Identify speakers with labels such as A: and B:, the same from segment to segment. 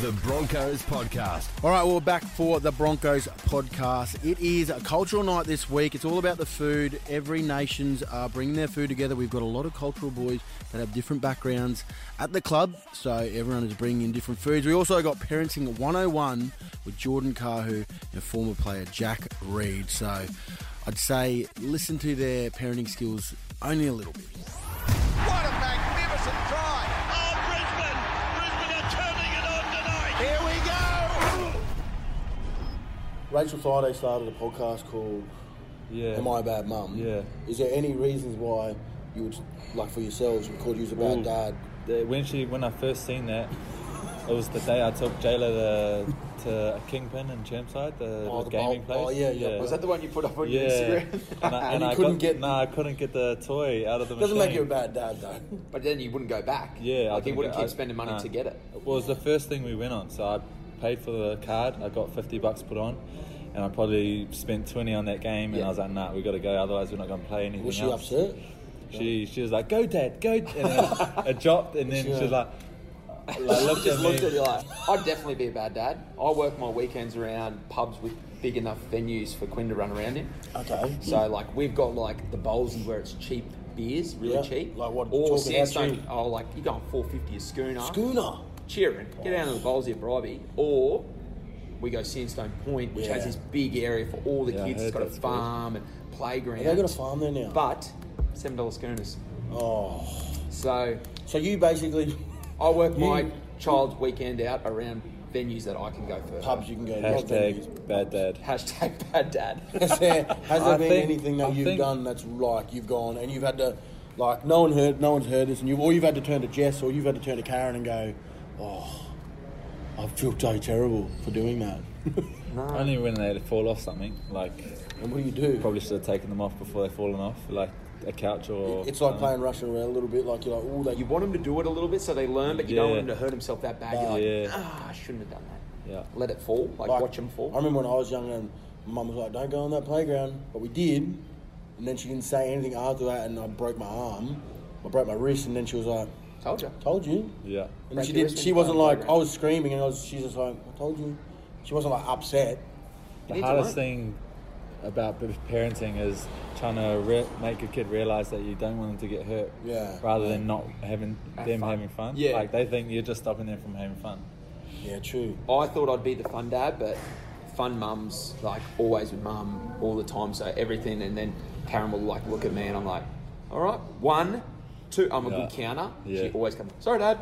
A: The Broncos Podcast.
B: All right, well, we're back for the Broncos podcast. It is a cultural night this week. It's all about the food. Every nation's uh, bringing their food together. We've got a lot of cultural boys that have different backgrounds at the club, so everyone is bringing in different foods. We also got Parenting 101 with Jordan Kahu and former player Jack Reed. So I'd say listen to their parenting skills only a little bit.
C: What a magnificent try!
D: Oh, Brisbane! Brisbane are turning it on
C: Here we
D: tonight!
C: go!
B: Rachel Friday started a podcast called
E: Yeah.
B: Am I a Bad Mum?
E: Yeah.
B: Is there any reasons why you would, like for yourselves, record you as a bad
E: Ooh.
B: dad?
E: The- when she when I first seen that, it was the day I took Jayla the, to Kingpin in Champside, the,
B: Oh,
E: the
B: the
E: gaming
B: bowl-
E: place.
B: oh, yeah, yeah. Was that
F: the one you put up on
E: yeah.
F: your Instagram?
E: and I,
B: And you
E: I
B: couldn't
E: got,
B: get-
E: No, I couldn't get the toy out of the
B: Doesn't
E: machine.
B: make you a bad dad, though.
F: But then you wouldn't go back.
E: Yeah,
F: like you
E: didn't
F: wouldn't
E: go-
F: keep
E: I-
F: spending money
E: nah.
F: to get it.
E: It was the first thing we went on, so I paid for the card. I got fifty bucks put on, and I probably spent twenty on that game. And
F: Yeah.
E: I was like, "Nah, we got to go, otherwise we're not going to play anything."
B: Was she
E: else.
B: upset?
E: She she was like, "Go, dad, go!" And then it dropped, and then she was like, like looked
F: Just
E: at me.
F: looked at you like, I'd definitely be a bad dad. I work my weekends around pubs with big enough venues for Quinn to run around in.
B: Okay.
F: So like we've got like the bowls where it's cheap beers, really
B: Yeah,
F: cheap.
B: like what-
F: Or
B: talking how
F: Sandstone.
B: cheap?
F: Oh, like you're going four fifty a schooner.
B: Schooner.
F: cheering. Get down to the bowls here, Bribey. Or we go Sandstone Point, which has
B: Yeah.
F: this big area for all the
E: Yeah, I
F: kids. It's
E: heard
F: got a
E: that's good.
F: farm and playground.
B: Have they got a farm there now?
F: But seven dollars schooners.
B: Oh.
F: So
B: So you basically
F: I work my
B: You-
F: child's weekend out around venues that I can go for.
B: pubs you can go to. not venues.
E: Hashtag bad dad.
F: Hashtag bad dad.
B: Has there, has there
E: I
B: been
E: think-
B: anything that
E: I
B: you've
E: think-
B: done that's like you've gone and you've had to, like, no one heard, no one's heard this, and you or you've had to turn to Jess or you've had to turn to Karen and go, oh, I feel so terrible for doing that.
E: Only when they fall off something, like
B: And what do you do?
E: probably should have taken them off before they've fallen off, like a couch or.
B: It's like
E: um,
B: playing Russian roulette a little bit. Like you're like, oh, they
F: you want him to do it a little bit so they learn, but you don't
E: Yeah.
F: want him to hurt himself that bad. You're like,
E: Yeah.
F: ah, I shouldn't have done that.
E: Yeah.
F: Let it fall. Like,
B: like-
F: watch him
B: I
F: fall.
B: remember when I was younger, and my mum was like, "Don't go on that playground," but we did, and then she didn't say anything after that, and I broke my arm, I broke my wrist, and then she was like,
F: Told you.
B: "Told you,"
E: Yeah.
B: and
F: Break
B: she
F: your
B: did.
F: wrist when
B: She
F: you
B: wasn't
F: play on the
B: like I
F: playground.
B: was screaming, and I was. She's just like, "I told you." She wasn't like upset.
E: The
F: need to
E: hardest
F: learn.
E: thing about p- parenting is trying to re- make a kid realize that you don't want them to get hurt.
B: Yeah.
E: Rather than not having
F: Have
E: them
F: fun.
E: having fun.
F: Yeah.
E: Like they think you're just stopping them from having fun.
B: Yeah, true.
F: I thought I'd be the fun dad, but fun mum's like always with mum all the time, so everything. And then Karen will like look at me, and I'm like, all right, one, two. I'm a
E: Yeah.
F: good counter. She
E: Yeah.
F: always comes, sorry, dad.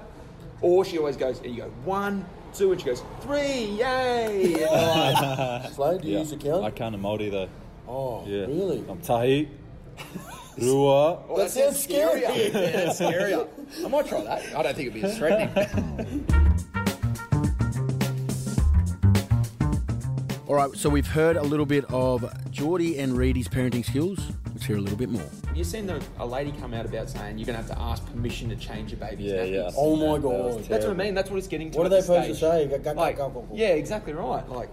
F: Or she always goes, and you go one, two, and she goes three, yay! And I'm like,
B: Slow. Do you
E: yeah.
B: use the count?
E: I count a Māori though.
B: oh,
E: Yeah.
B: really?
E: I'm tahi. Rua.
F: "Oh,
B: That sounds scary.
F: that's scarier. I might try that. I don't think it'd be as threatening.
B: All right. So we've heard a little bit of Geordie and Reedy's parenting skills. Let's hear a little bit more.
F: you seen the, a lady come out about saying you're gonna have to ask permission to change your baby's
E: Yeah,
F: nappies.
E: yeah.
B: Oh my
E: That was
B: God.
F: That's
E: terrible.
F: what I mean. That's what it's getting to.
B: What
F: at
B: are they
F: this
B: supposed to
F: stage.
B: say? Go, go, go,
F: Like,
B: go, go, go.
F: Yeah, exactly right. Like,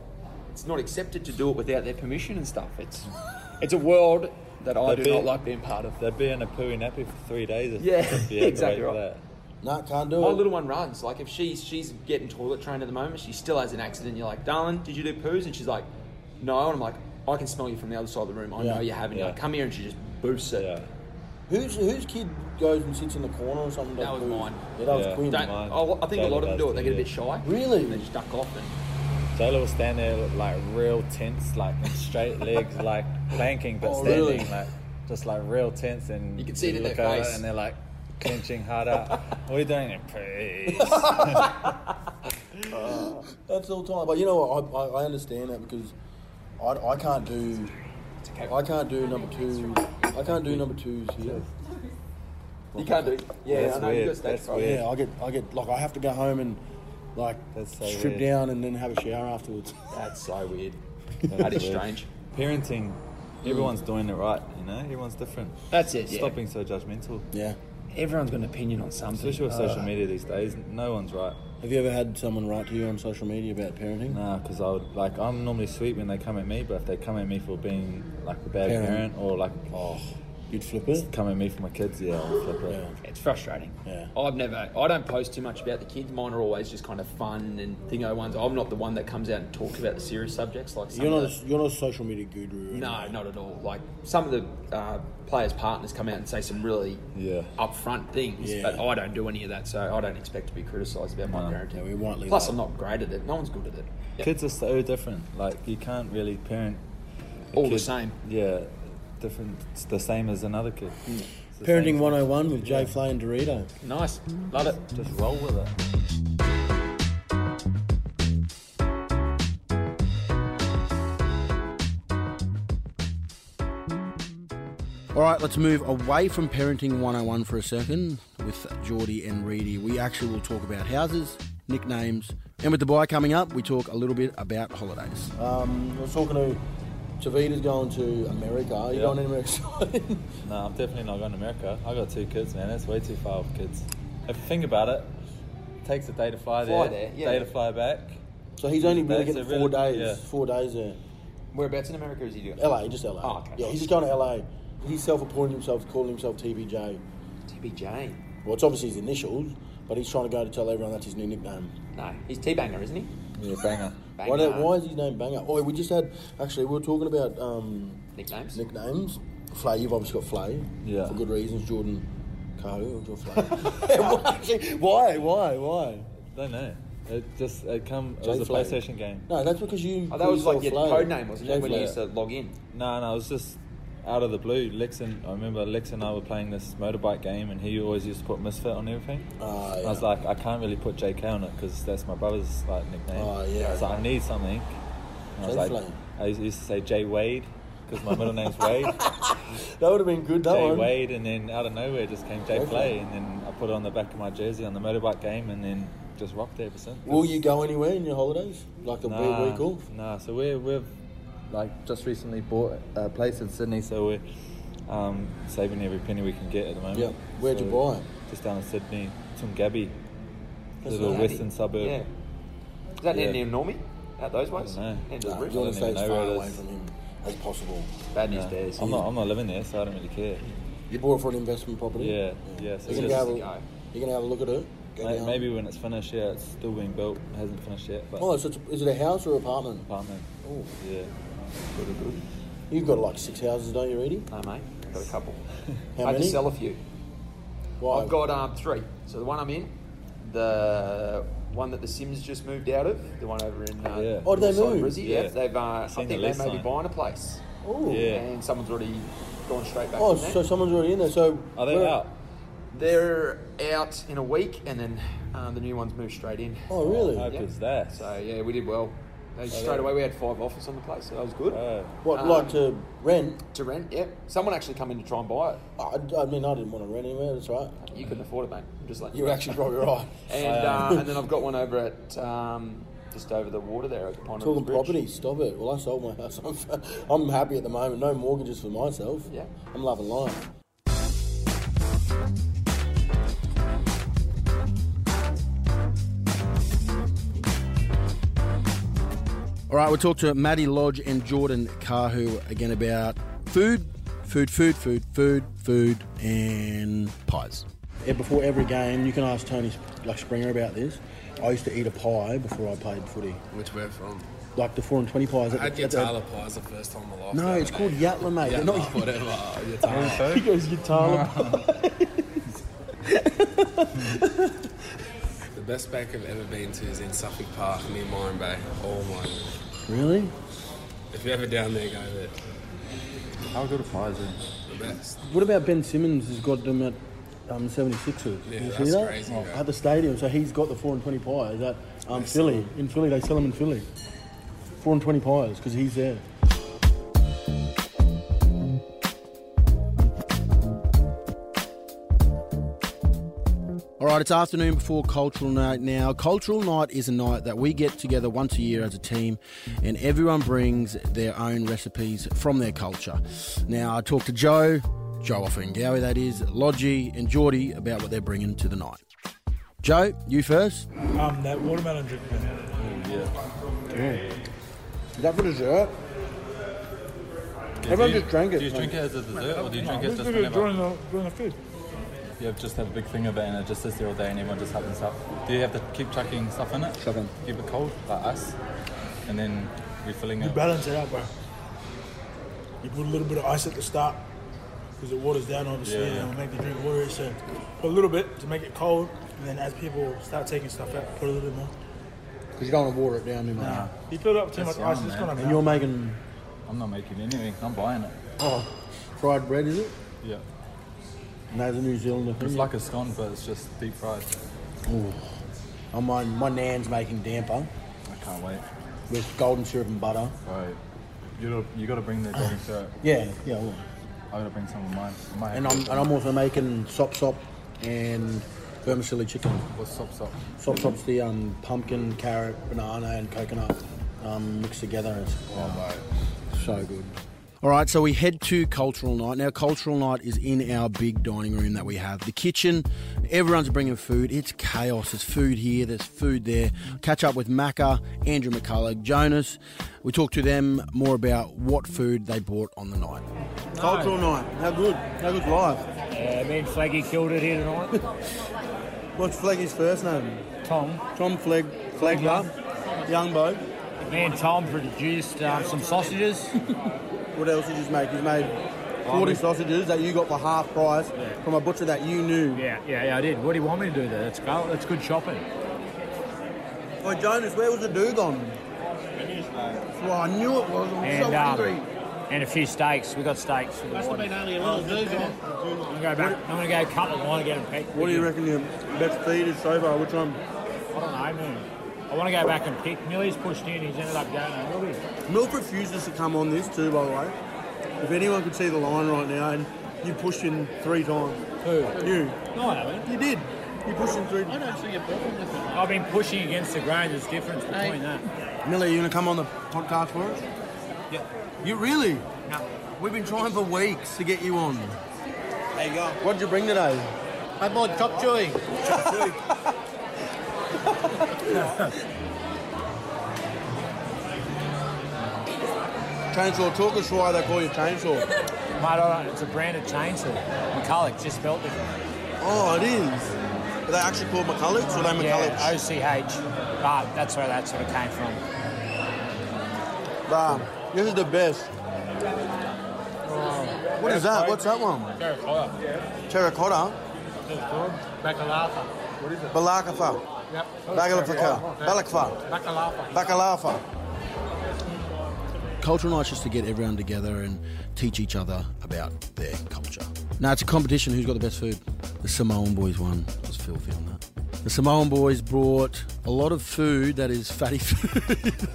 F: it's not accepted to do it without their permission and stuff. It's, it's a world that I
E: They'd
F: do
E: be-
F: not like being part of.
E: They'd be in a pooey nappy for three days. If
F: Yeah,
E: if you had to
F: exactly
E: wait for
F: right.
B: No, can't do
F: My
B: it.
F: little one runs. Like, if she's she's getting toilet trained at the moment, she still has an accident. You're like, darling, did you do poos? And she's like, no. And I'm like, I can smell you from the other side of the room. I
B: Yeah.
F: know you haven't. You're
E: Yeah.
F: Like, come here, and she just boosts it.
E: Yeah.
B: Who's whose kid goes and sits in the corner or something?
F: That was
B: Who-
F: mine.
B: Yeah, that was
E: Yeah.
B: Quinn.
F: Don't,
E: Mine-
F: I, I think a lot of them do it. They get a bit
E: Yeah.
F: shy.
B: Really?
F: And they just duck off. And
E: Jayla was standing there like real tense, like in straight legs, like planking but
B: Oh,
E: standing,
B: really?
E: like just like real tense. And
F: You can see it in
E: look
F: their
E: over
F: face.
E: and they're like clenching hard out. what are you doing? there? Please.
B: That's all time. But you know what? I, I, I understand that because I, I can't do I can't do number two. I can't do number twos here.
F: you can't do. it. Yeah,
E: That's
F: I know. You
E: weird.
F: got stage
E: That's
F: fright.
E: weird.
B: Yeah, I get I get like I have to go home and like
E: That's so
B: strip
E: weird.
B: down and then have a shower afterwards.
F: That's so weird.
E: That's
F: That is
E: weird.
F: strange. Hmm.
E: Parenting, everyone's doing it right, you know. Everyone's different.
G: That's it. Yeah.
E: Stop being so judgmental,
B: Yeah.
G: Everyone's got an opinion on something.
E: especially with
G: Uh,
E: social media these days. No one's right.
B: Have you ever had someone write to you on social media about parenting?
E: Nah, because I would like I'm normally sweet when they come at me, but if they come at me for being like a bad
B: Parent.
E: parent, or like
B: Oh, You'd flip it.
E: Come at me for my kids, yeah, I'll flip it.
F: It's frustrating.
B: Yeah.
E: Oh,
F: I've never, I don't post too much about the kids. Mine are always just kind of fun and thingo ones. I'm not the one that comes out and talks about the serious subjects like some
B: You're
F: of
B: not.
F: the-
B: A, you're not a social media guru.
F: No, not at all. Like some of the uh, players' partners come out and say some really
E: Yeah.
F: upfront things,
B: Yeah.
F: but I don't do any of that, so I don't expect to be criticised about my parenting.
B: Yeah, we won't leave
F: Plus,
B: that.
F: I'm not great at it. No one's good at it. Yeah.
E: Kids are so different. Like you can't really parent a
F: All the
E: kid-
F: same.
E: Yeah, different. It's the same as another kid. It's the
B: Parenting
E: same.
B: 101 with Jay Flay and Dorito.
F: Nice, love it.
E: Just roll with it.
H: All right, let's move away from Parenting 101 for a second with Geordie and Reedy. We actually will talk about houses, nicknames, and with Dubai coming up, we talk a little bit about holidays.
B: Um, I was talking to Tavita's going to America. Are you
E: Yeah.
B: going anywhere exciting?
E: No, I'm definitely not going to America. I got two kids, man. That's way too far with kids. If you think about it, it takes a day to fly,
F: Fly
E: there,
F: there, yeah.
E: day to fly back.
B: so he's only really
E: That's
B: getting
E: a really-
B: four days.
E: yeah.
B: Four days there.
F: Whereabouts in America is he doing?
B: LA, just LA.
F: Oh, okay.
B: Yeah, he's just going to LA. He's self-appointed himself, calling himself TBJ.
F: TBJ.
B: Well, it's obviously his initials, but he's trying to go to tell everyone that's his new nickname.
F: No, he's T-banger, isn't he?
E: Yeah, banger.
F: Banger.
B: Why, do, why is his name Banger? Oh, we just had actually we were talking about um,
F: nicknames?
B: nicknames. Flay, you've obviously got Flay.
E: Yeah.
B: For good reasons, Jordan. Kahu, Jordan Flay. why? Why? Why?
E: Don't know. It just it come. It
B: Jay
E: was a
B: Flay.
E: PlayStation game.
B: No, that's because you.
F: Oh, that was like your
B: Flay.
F: code name, wasn't
B: Jay
F: it? When you
B: Flay.
F: used to log in.
E: No, no, it was just out of the blue. Lex and I remember Lex and I were playing this motorbike game, and he always used to put Misfit on everything.
B: Ah,
E: I was
B: yeah.
E: like, I can't really put JK on it because that's my brother's like nickname.
B: Ah, yeah.
E: So I need something. And I was
B: Jay
E: like,
B: Flay.
E: I used used to say J Wade because my middle name's Wade.
B: That would have been good. That
E: Jay
B: one.
E: Wade, and then out of nowhere just came Jay
B: Jay Flay.
E: Flay, and then I put it on the back of my jersey on the motorbike game, and then just rocked it ever since.
B: Will you go anywhere in your holidays? Like a week, week off?
E: Nah, so we're, we've like just recently bought a place in Sydney, so we're um, saving every penny we can get at the moment.
B: Yeah. Where'd you
E: So,
B: buy it?
E: Just down in Sydney, Tungabi,
B: That's
E: little
B: not-
E: western suburb.
F: Yeah. Is that
E: Yeah.
F: near Normie? Out those ways?
E: don't know.
F: End of
B: Nah, you
F: the
B: want
F: roof?
B: to
E: don't
B: stay
E: even
B: as
E: know
B: far
E: where it
B: away
E: is.
B: from him as possible.
F: Bad news
E: Nah,
F: bears.
E: I'm not. I'm not living there, so I don't really care.
B: You bought it for an investment property?
E: Yeah, yeah, so
B: you're, gonna have a,
E: just-
F: Just to go.
B: you're gonna have a look at it? Go
E: May-
B: down?
E: Maybe when it's finished, yeah, it's still being built. It hasn't finished yet, but
B: Oh, so it's, is it a house or apartment?
E: apartment.
B: Oh,
E: Yeah,
F: Good, good.
B: you've got like six houses, don't you, Edie?
F: No, mate. I've got a couple.
B: How
F: I had to
B: many?
F: sell a few.
E: Oh.
B: Why?
F: I've got um, three. So the one I'm in, the one that the Sims just moved out of, the one over in. Uh,
E: Yeah.
B: Oh, did they
F: Northside
B: move?
F: Brizzy, Yeah.
E: Yeah.
F: They've. Uh, I
E: Seen
F: think
E: the
F: they may
E: lease
F: be
E: sign.
F: buying a place,
B: Oh.
E: yeah.
F: and someone's already gone straight back.
B: Oh,
F: from
B: so
F: there.
B: someone's already in there. So
E: Are they
B: where-
E: out?
F: they're out in a week, and then uh, the new ones moved straight in.
B: Oh, really?
E: Hope it's that.
F: So yeah, we did well. They, straight away, we had five offers on the place, so that was good.
E: Oh.
B: what,
F: um,
B: like to rent?
F: To rent, yeah. Someone actually come in to try and buy it.
B: I, I mean, I didn't want to rent anywhere. That's right.
F: You couldn't afford it, mate. I'm just like
B: You're actually probably right.
F: And uh, and then I've got one over at um, just over the water there at Pond
B: Talking property, stop it. Well, I sold my house. I'm, I'm happy at the moment. No mortgages for myself.
F: Yeah.
B: I'm loving life.
H: All right, we'll talk to Maddie Lodge and Jordan Kahu again about food, food, food, food, food, food, and pies.
B: Yeah, before every game, you can ask Tony Sp- like Springer about this. I used to eat a pie before I played footy,
I: Which we're from.
B: like the four and twenty pies. At
I: I had
B: the, at the-
I: Yatala pies the first time in my life.
B: no, it's called Yatla, mate. They're
I: Yatala,
B: not-
I: whatever. Yatala.
B: he goes Yatala.
I: the best bank I've ever been to is in Suffolk Park near Mine Bay. Oh my.
B: Really?
I: If you're ever down there, go there.
E: How good a pie is it?
I: The best.
B: What about Ben Simmons? Has got them at um, 76ers.
I: Yeah,
B: you see
I: that's
B: that?
I: crazy,
B: Oh,
I: bro.
B: at the stadium, so he's got the four and twenty pies at um, Philly. In Philly, they sell them in Philly. Four and twenty pies because he's there.
H: All right, it's afternoon before Cultural Night now. Cultural Night is a night that we get together once a year as a team, and everyone brings their own recipes from their culture. Now, I talked to Joe, Joe Offangowie, that is, Lodgy, and Geordie about what they're bringing to the night. Joe, you first.
J: Um, that watermelon drink. man.
B: Is that for dessert?
I: Everyone just drank it.
E: Do you drink it as a dessert, or do you drink it just whenever?
J: During the, during the food.
E: You have just have a big thing of it, and it just sits there all day, and everyone just having stuff. Do you have to keep chucking stuff in it?
I: Chuck in.
E: Keep it cold, like us, and then refilling
J: You
E: it.
J: balance it out, bro. You put a little bit of ice at the start because it waters down, obviously,
E: Yeah, yeah.
J: and it'll make the drink watery. So put a little bit to make it cold, and then as people start taking stuff out, put a little bit more.
I: Because you don't want to water it down too much.
J: You fill it up too
E: That's
J: much ice,
E: yum,
J: it's
E: man.
J: gonna
I: And you're
J: melt.
I: making
E: I'm not making anything. I'm buying it.
I: oh, fried bread, is it?
E: Yeah.
I: And that's a New Zealander thing.
E: It's like a scone, but it's just deep fried.
I: Ooh. Oh, my, my nan's making damper
E: I can't wait.
I: with golden syrup and butter.
E: Right. You gotta, you gotta bring the golden syrup.
I: Yeah, yeah. well.
E: I gotta bring some of mine. I might have
I: And
E: to
I: I'm
E: get
I: and I'm also making sop sop and vermicelli chicken.
E: one. What's sop sop?
I: Sop sop's the um, pumpkin, carrot, banana, and coconut um, mixed together. It's oh, mate, so good.
B: All right, so we head to cultural night. Now, cultural night is in our big dining room that we have. The kitchen, everyone's bringing food. It's chaos. There's food here, there's food there. Catch up with Macca, Andrew McCullough, Jonas. We talk to them more about what food they bought on the night.
I: Cultural night. How good? How good's life?
G: Yeah, me and Flaggy killed it here tonight.
I: What's Fleggy's first name?
G: Tom,
I: Tom Flegg. Flegler. Young bloke.
G: me and Tom produced um, some sausages.
I: What else did you make? He's made 40 sausages that you got for half price from a butcher that you knew.
G: Yeah, yeah, yeah, I did. What do you want me to do there? Let's go. That's good shopping.
I: Oh, Jonas, where was the dugong? Well, I knew it was. I'm
G: And
I: so
G: um,
I: hungry.
G: and a few steaks. We got steaks. Must have been only a little I'm gonna go back. I'm gonna go cut the line again and pick.
I: What do you reckon your best feed is so far? Which one?
G: I don't know, man. I want to go back and pick. Millie's pushed in. He's ended up going a little bit.
I: Milk refuses to come on this too, by the way. If anyone could see the line right now, and you pushed in three times. Who? You.
G: No, I haven't.
I: You did. You pushed in three.
G: I've been pushing against the grain. There's difference between that.
I: Millie, you gonna come on the podcast for us?
G: Yeah.
I: You really?
G: No.
I: We've been trying for weeks to get you on. There you go. What'd you bring today?
G: I bought chop chewy.
I: Chainsaw. Talk us why they call you chainsaw.
G: Mate, I don't, it's a brand of chainsaw. McCulloch just felt it.
I: oh, it is. Are they actually called McCullochs or are they McCullochs?
G: Yeah, OCH. Ah, that's where that sort of came from.
I: Nah, this is the best. What is that? What's that one? Terracotta.
G: Bacalava.
I: Balakafa.
G: Yep.
I: Balakafa. Balakafa.
G: Bacalava.
I: Bakalafa.
B: Cultural night's just to get everyone together and teach each other about their culture. Now, it's a competition who's got the best food. The Samoan boys won. It was filthy on that. The Samoan boys brought a lot of food that is fatty food.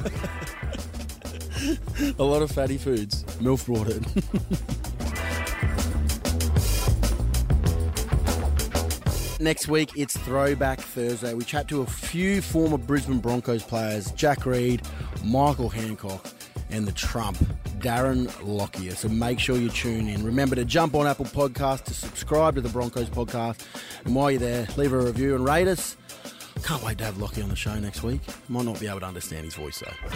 B: a lot of fatty foods. MILF brought it. Next week, it's Throwback Thursday. We chat to a few former Brisbane Broncos players Jack Reed, Michael Hancock, and the Trump, Darren Lockyer. So make sure you tune in. Remember to jump on Apple Podcasts, to subscribe to the Broncos podcast. And while you're there, leave a review and rate us. Can't wait to have Lockie on the show next week. Might not be able to understand his voice, though.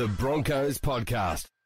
A: The Broncos Podcast.